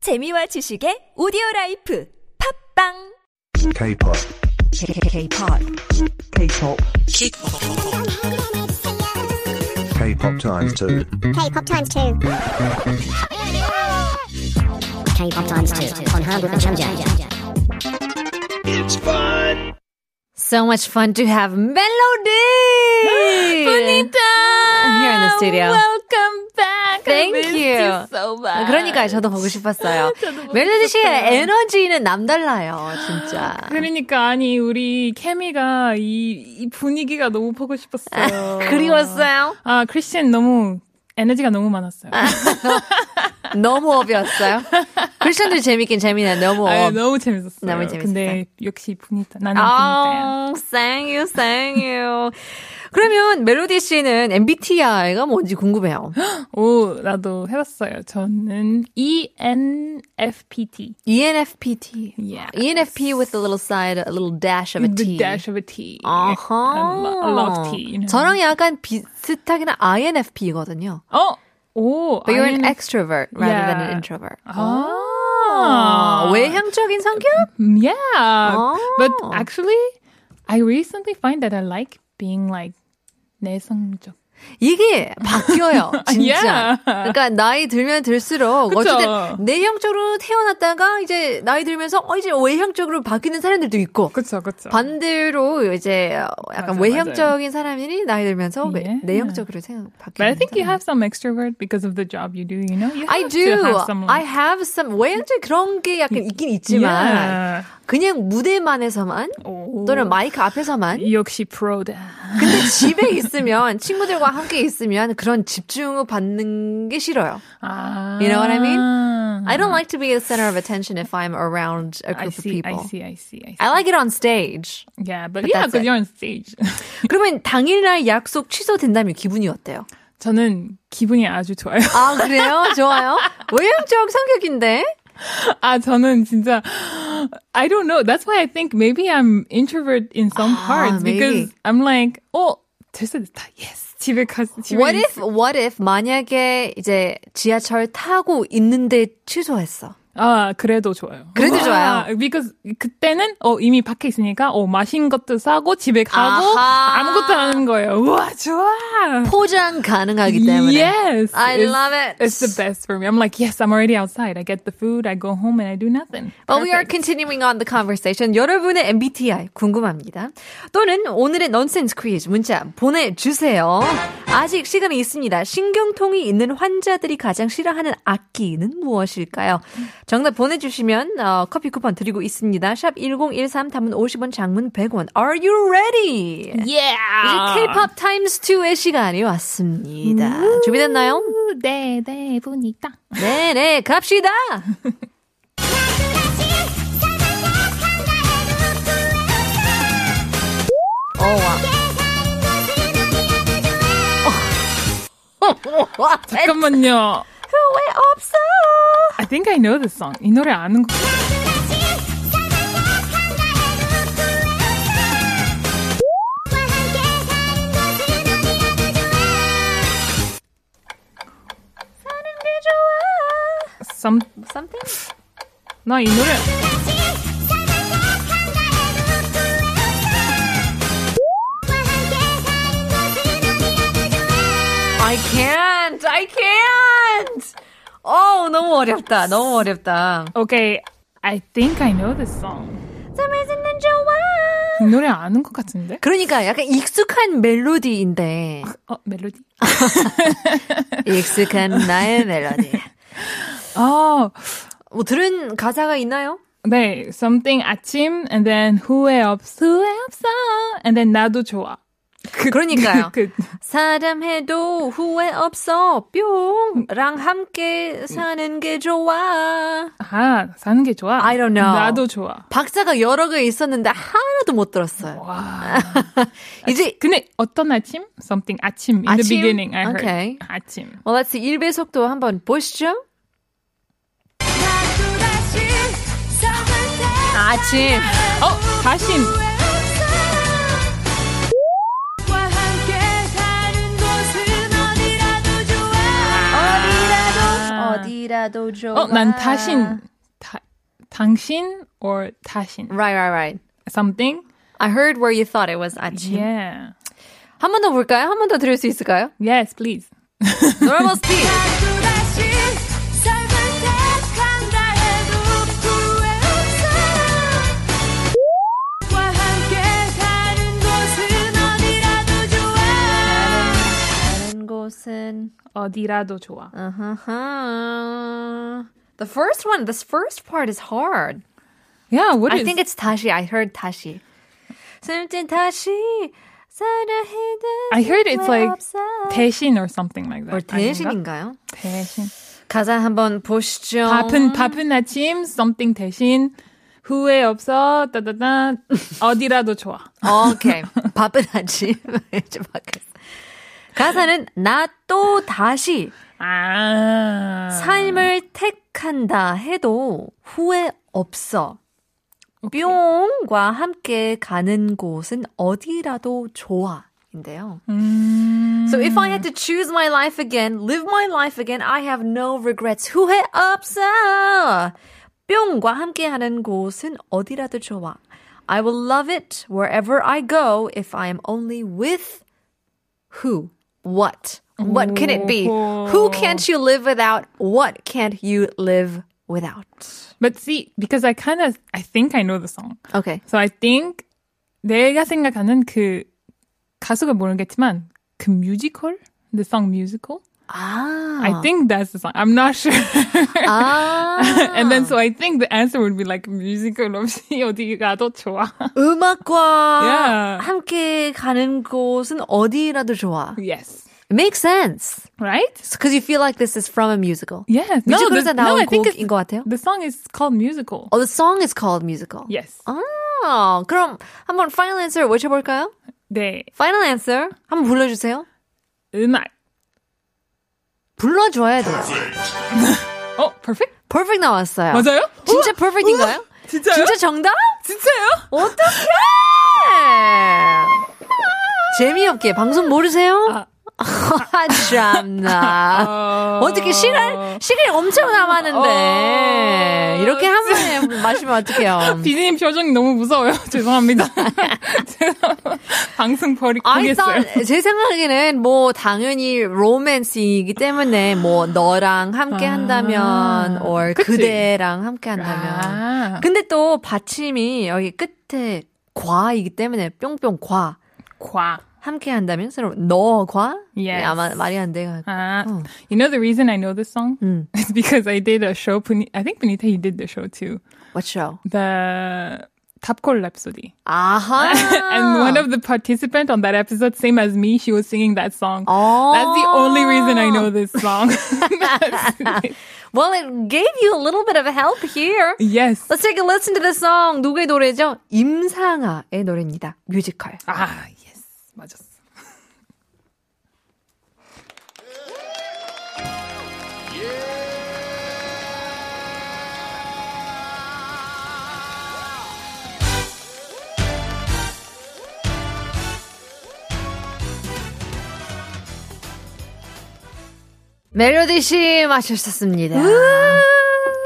재미와 지식의 오디오 라이프 팝빵 K-pop, K-pop, K-pop, K-pop times two. K-pop times two. K-pop times two on Hard and Chumja. So much fun to have Melody! Bonita! here in the studio. Welcome back. Thank I missed you. you so much. 그러니까 저도 보고 싶었어요. 저도 보고 멜로디 씨의 싶었어요. 에너지는 남달라요, 진짜. 그러니까 아니 우리 케미가 이, 이 분위기가 너무 보고 싶었어요. 그리웠어요? 아 크리스틴 너무 에너지가 너무 많았어요. 아. 너무 업이었어요? 크리스천도 재밌긴 재미네, 너무 아, 업. 너무 재밌었어요. 너무 재밌었어요. 근데 역시 분이다. 나는 분이다야. 아, thank you, thank you. 그러면 멜로디 씨는 MBTI가 뭔지 궁금해요. 오 나도 해봤어요. 저는 E ENFPT. E ENFPT. Yeah. ENFP with a little side, a little dash of a The T. dash of a T. 아하. I love T. You know. 저랑 약간 비슷하긴 한 INFP거든요. 어. 오. But you're an INFP. extrovert rather than an Yeah. introvert. 아. 아, 외향적인 성격? Yeah. But Oh. actually, I recently find that I like being like 내성적. 이게 바뀌어요, 진짜. Yeah. 그러니까 나이 들면 들수록 그쵸. 어쨌든 내향적으로 태어났다가 이제 나이 들면서 어 이제 외향적으로 바뀌는 사람들도 있고 그쵸, 그쵸. 반대로 이제 어, 약간 맞아, 외향적인 사람들이 나이 들면서 왜- Yeah. 내향적으로 생각 예. But 바뀌는. I think you 사람. have some extrovert because of the job you do. You know, you have I to do. have some. I like- have some 외향적 그런 게 약간 있긴 있지만 Yeah. 그냥 무대만에서만 오. 또는 마이크 앞에서만 역시 프로다. 근데 집에 있으면 친구들과 함께 있으면 그런 집중을 받는 게 싫어요. 아. You know what I mean? I don't like to be the center of attention if I'm around a I group of see, people. I see, I see, I see. I like it on stage. Yeah, but, But yeah, that's it. because you're on stage. 그러면 당일날 약속 취소된다면 기분이 어때요? 저는 기분이 아주 좋아요. 아 그래요? 좋아요. 외향적 성격인데. 아, 저는 진짜 I don't know. That's why I think maybe I'm introvert in some 아, parts maybe. because I'm like, 어, 됐어, 됐다. Yes. 집에 가서 집에 What 있- if What if 만약에 이제 지하철 타고 있는데 취소했어? 아, 그래도 좋아요. 그래도 아, 좋아요. because 그때는 어 이미 밖에 있으니까 어 마신 것도 사고 집에 가고 아하. 아무것도 안 하는 거예요. 우와, 좋아. 포장 가능하기 때문에. Yes. I It's- love it. It's the best for me. I'm like, yes, I'm already outside. I get the food, I go home and I do nothing. But we are Perfect. continuing on the conversation. 여러분의 MBTI 궁금합니다. 또는 오늘의 넌센스 퀴즈 문자 보내주세요. 아직 시간이 있습니다. 신경통이 있는 환자들이 가장 싫어하는 악기는 무엇일까요? 정답 보내주시면 어, 커피 쿠폰 드리고 있습니다. 샵 1013 담은 50원 장문 100원. Are you ready? Yeah. 이제 K-pop Times 2의 시간이 왔습니다. 준비됐나요? 네, 네, 보니까. 네네 갑시다. 와, 잠깐만요. 왜 없어? I think I know this song. 이 노래 아는 거. Some, Something? 나 이 노래 I can't, I can't. 어 너무 어렵다, 너무 어렵다. Okay, I think I know this song. 잠에서는 좋아. 이 노래 아는 것 같은데? 그러니까 약간 익숙한 멜로디인데 어, 멜로디? 익숙한 나의 멜로디. 아, 뭐 들은 가사가 있나요? 네, something 아침 and then 후회 없어, 후회 없어 and then 나도 좋아. 그, 그러니까요. 그, 사람해도 후회 없어 뿅랑 함께 사는 게 좋아. 아, 사는 게 좋아. I don't know. 나도 좋아. 박자가 여러 개 있었는데 하나도 못 들었어요. 와. 이제 근데 어떤 아침? Something 아침 in the 아침? beginning I heard. Okay. 아침. well, let's see. 1배 속도 한번 보시죠. 아침. 어, 다신. 어디라도 당신이라도 좋아. 어, 난 다신, 다, 당신 or 다신 Right, right, right. something. I heard where you thought it was 아침. Yeah. 한 번 더 볼까요? 한 번 더 들을 수 있을까요? Yes, please. Normal speed. 다른 곳은 어디라도 좋아. Uh-huh. The first one, this first part is hard. Yeah, what I is- think it's 다시. I heard 다시. 숨진 다시 사랑해도 I heard it's 후회 like 없어. 대신 or something like that. or 아닌가? 대신인가요? 대신. 가사 한번 보시죠. 바쁜 바쁜 아침 something 대신 후회 없어 따다다 어디라도 좋아. 오케이. 바쁜 아침. 이제 바뀌었어. 가사는 나 또 다시 아. 삶을 택한다 해도 후회 없어. 뿅과 함께 가는 곳은 어디라도 좋아인데요. So if I had to choose my life again, live my life again, I have no regrets. 후회 없어. 뿅과 함께 하는 곳은 어디라도 좋아. I will love it wherever I go if I am only with who, what, what can it be? Who can't you live without? What can't you live without? But see, because I kind of I think I know the song. Okay. So I think 내가 생각하는 그 가수가 모르겠지만 그 뮤지컬, the song musical. Ah. I think that's the song. I'm not sure. ah. and then so I think the answer would be like musical 없이 어디가도 좋아. 음악과 Yeah. 함께 가는 곳은 어디라도 좋아. yes. Makes sense. Right? Because you feel like this is from a musical. Yes. 뮤지컬에서 the- 나온 I think 곡인 it's- 것 같아요. The song is called musical. Oh, the song is called musical. Yes. 아, 그럼 한번 final answer 외쳐볼까요? 네. Final answer 한번 불러주세요. 음악. 불러줘야 돼요. 어, perfect? Perfect 나왔어요. 맞아요? 진짜 어? perfect인가요? 진짜요? 진짜 정답? 진짜요? 어떡해! 재미없게 방송 모르세요? 아, 아. 참나. 어떻게 시간, 시간이 엄청 남았는데. 어. 이렇게 한 번에 마시면 어떡해요. 비디님 표정이 너무 무서워요. 죄송합니다. 제가 방송 버리, I 보겠어요. thought, 제 생각에는 뭐 당연히 로맨스이기 때문에 뭐 너랑 함께 한다면 or 아. 그치? 그대랑 함께 한다면 아. 근데 또 받침이 여기 끝에 과이기 때문에 뿅뿅 과 과. 함께 한다면 서로 너과 예, Yes. 아마 말이 안 돼요. 아. You know the reason I know this song? Mm. It's because I did a show. Puni- I think Punita, he did the show too. What show? The Tapkol Rhapsody. 아하. And one of the participants on that episode, same as me, she was singing that song. 어. That's the only reason I know this song. Well, it gave you a little bit of help here. yes. Let's take a listen to the song. 누구의 노래죠? 임상아의 노래입니다. 뮤지컬. 아, yes. 맞았어. 멜로디 씨 마셨었습니다.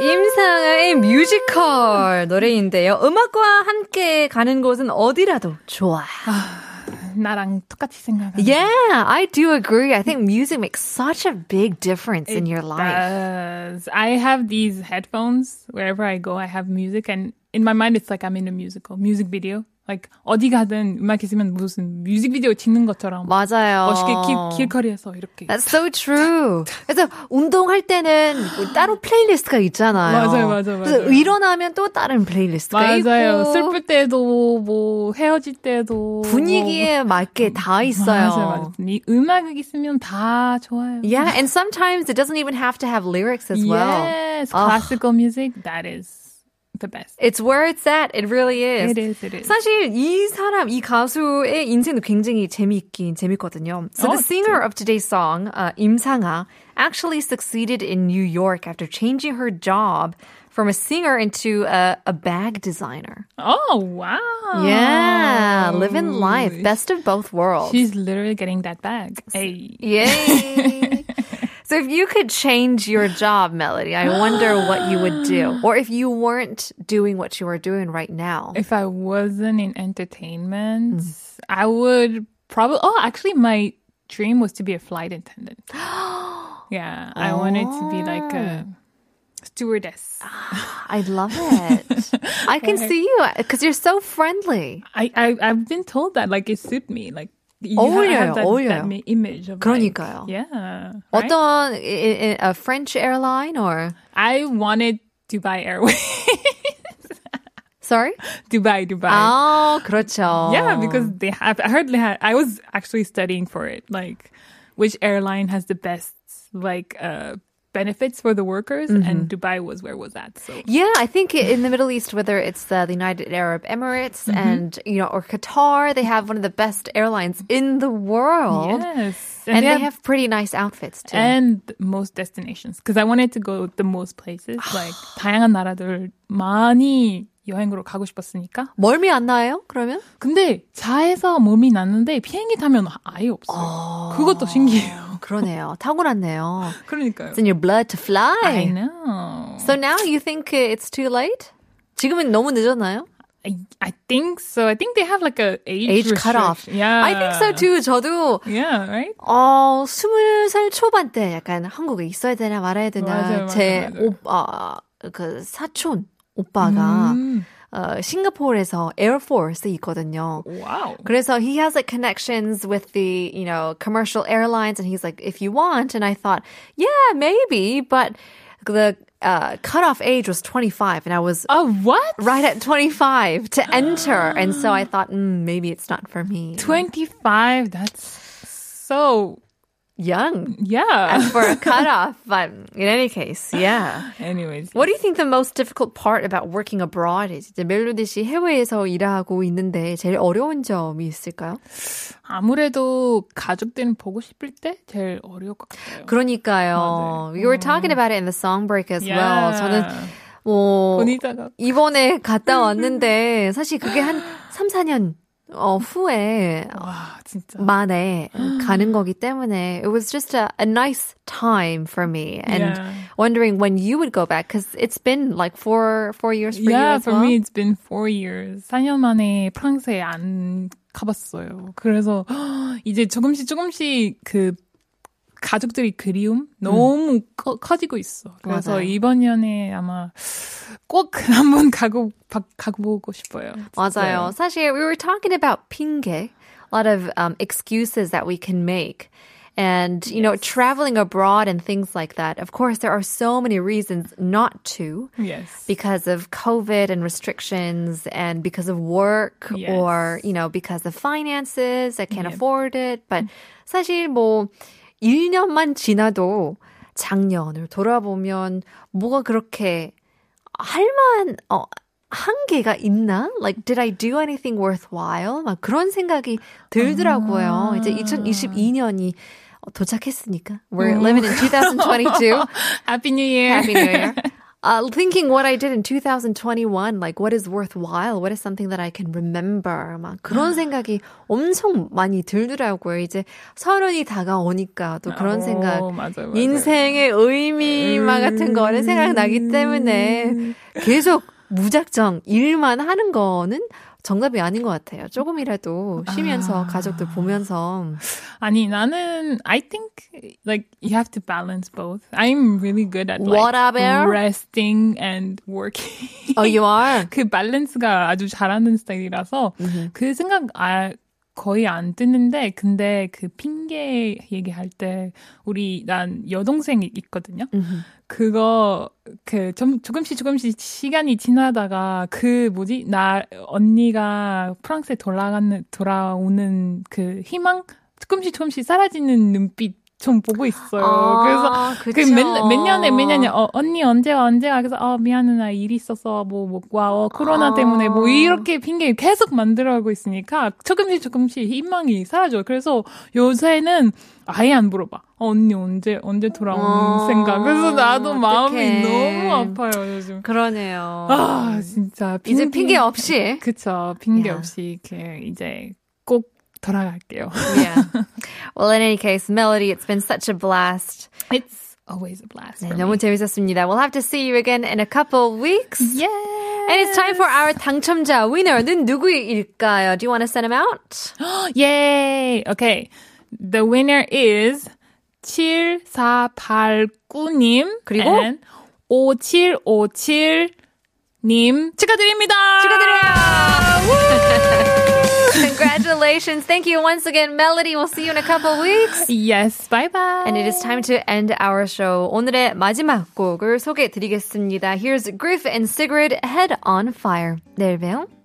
임상아의 뮤지컬 노래인데요. 음악과 함께 가는 곳은 어디라도 좋아. 나랑 똑같이 생각하는 Yeah, I do agree. I think music makes such a big difference in your life. Does. I have these headphones wherever I go. I have music, and in my mind, it's like I'm in a musical, music video. Like 어디 가든 음악 있으면 무슨 뮤직 비디오 찍는 것처럼 맞아요. 멋있게 길, 길거리에서 이렇게. That's so true. 그래서 운동할 때는 뭐 따로 플레이리스트가 있잖아요. 맞아요, 맞아요, 그래서 맞아요. 일어나면 또 다른 플레이리스트가 맞아요. 있고 슬플 때도 뭐 헤어질 때도 분위기에 맞게 다 뭐, 있어요. 맞아요, 맞아요. 이 음악 있으면 다 좋아요. Yeah, and sometimes it doesn't even have to have lyrics as well. Yes, 아. classical music that is the best. It's where it's at. It really is. It is, it is. 사실 이 사람, 이 가수의 인생도 굉장히 재미있긴 재밌거든요. So the 어, singer of today's song, uh, 임상아, actually succeeded in New York after changing her job from a singer into a, a bag designer. Oh wow! Yeah, living life, best of both worlds. She's literally getting that bag. Hey. Yay! So if you could change your job, Melody, I wonder what you would do. Or if you weren't doing what you are doing right now. If I wasn't in entertainment, I would probably. Oh, actually, my dream was to be a flight attendant. yeah, I wanted to be like a stewardess. I love it. I can see you because you're so friendly. I, I I've been told that like it suit me. Like you Oh, ha- yeah, have that, oh, yeah. that ma- image of. 그러니까요. Like, yeah. right? 어떤 i- i- a French airline or I wanted Dubai Airways. sorry? Dubai, Dubai. 아, 그렇죠. Yeah, because Um, they have. I heard they had. I was actually studying for it. Like, which airline has the best like uh benefits for the workers? Mm-hmm. And Dubai was where it was at. So Yeah, I think i- in the Middle East, whether it's uh, the United Arab Emirates Mm-hmm. and you know or Qatar, they have one of the best airlines in the world, yes, and, they, have, pretty nice outfits too. and most destinations because I wanted to go the most places. like 다양한 나라들 많이 여행으로 가고 싶었으니까. 멀미 안 나요? 그러면 근데 차에서 몸이 났는데 비행기 타면 아예 없어요. 그것도 신기해요. 그러네요. 타고났네요. 그러니까요. It's in your blood to I fly. know. So now you think uh, it's too late? 지금은 너무 늦었나요? I, I think so. I think they have like a age, Age restriction. cutoff. Yeah, I think so too. 저도 Yeah, right. 어, 스물 살 초반 때 약간 한국에 있어야 되나 말아야 되나 맞아요, 제 맞아요, 오빠 그 사촌 오빠가 음. 어, 싱가포르에서 에어포스에 있거든요. Wow. 그래서 he has like connections with the you know commercial airlines, and he's like, if you want, and I thought, yeah, maybe, but the uh, cutoff age was 25, and I was Oh, what? right at 25 to enter, and so I thought, mm, maybe it's not for me. Twenty-five. That's so. Young Yeah. for a cutoff, but in any case, yeah. Anyways. What do you think the most difficult part about working abroad is? 이제 멜로디 씨 해외에서 일하고 있는데 제일 어려운 점이 있을까요? 아무래도 가족들은 보고 싶을 때 제일 어려울 것 같아요. 그러니까요. We were talking about it in the song break as well. 저는 뭐 보니다가 이번에 갔다 왔는데 사실 그게 한 3, 4년 어, 후에 와 진짜. 만에 가는 거기 때문에 it was just a, a nice time for me and Yeah. wondering when you would go back because it's been like four four years for you yeah, as for well. me it's been four years. 4년 만에 프랑스에 안 가봤어요. 그래서 이제 조금씩 조금씩 그 가족들이 그리움 너무 커, 커지고 있어. 그래서 음. 맞아요. 이번 년에 아마 꼭 한번 가고 바, 가보고 싶어요. 맞아요. 진짜요. 사실 we were talking about 핑계, a lot of um, excuses that we can make. And, you know, traveling abroad and things like that. Of course, there are so many reasons not to Yes. because of COVID and restrictions and because of work Yes. or, you know, because of finances. I can't afford it. But 사실 뭐 1년만 지나도 작년을 돌아보면 뭐가 그렇게 할만 어 한계가 있나? Like did I do anything worthwhile? 막 그런 생각이 들더라고요. 아. 이제 2022년이 도착했으니까 we're living in 2022. Happy New Year. Happy New Year. Uh, thinking what I did in 2021, like what is worthwhile, what is something that I can remember, 막 아. 그런 생각이 엄청 많이 들더라고요. 이제 서른이 다가오니까 또 아, 그런 오, 생각, 어, 맞아요, 음. 맞아요. 인생의 의미 막 같은 거는 생각나기 때문에 계속 무작정 일만 하는 거는 정답이 아닌 것 같아요. 조금이라도 쉬면서 가족들 보면서 아니 나는 I think like you have to balance both. I'm really good at like What up, Air? resting and working. Oh, you are. 그 밸런스가 아주 잘하는 스타일이라서 그 생각 아, 거의 안 드는데 근데 그 핑계 얘기할 때 우리 난 여동생 이 있거든요. 그거 그 좀, 조금씩 조금씩 시간이 지나다가 그 뭐지 나 언니가 프랑스에 돌아가는 돌아오는 그 희망 조금씩 조금씩 사라지는 눈빛 좀 보고 있어요. 그래서 아, 그쵸. 그몇 년에 몇 년에 어, 언니 언제가 언제가 그래서 어 미안해 나 일이 있어서 뭐 못 와. 어 코로나 아. 때문에 뭐 이렇게 핑계 계속 만들어가고 있으니까 조금씩 조금씩 희망이 사라져. 그래서 요새는 아예 안 물어봐. 어, 언니 언제 언제 돌아오는 아, 생각. 그래서 나도 마음이 어떡해. 너무 아파요 요즘. 그러네요. 아 진짜 어. 이제 핑계 없이 그쵸 핑계 야. 없이 이렇게 이제 꼭 돌아갈게요. Yeah. well, in any case, Melody, it's been such a blast. It's always a blast. 네, for 너무 me. 재밌었습니다. We'll have to see you again in a couple weeks. Yeah. And it's time for our 당첨자 winner는 누구일까요? Do you want to send him out? Yay! Okay. The winner is 7489님 그리고? and 5757님 축하드립니다. Congratulations. Thank you once again, Melody. We'll see you in a couple weeks. Yes, bye bye. And it is time to end our show. 오늘의 마지막 곡을 소개해 드리겠습니다. Here's Griff and Sigrid Head on Fire. 내일 봬요.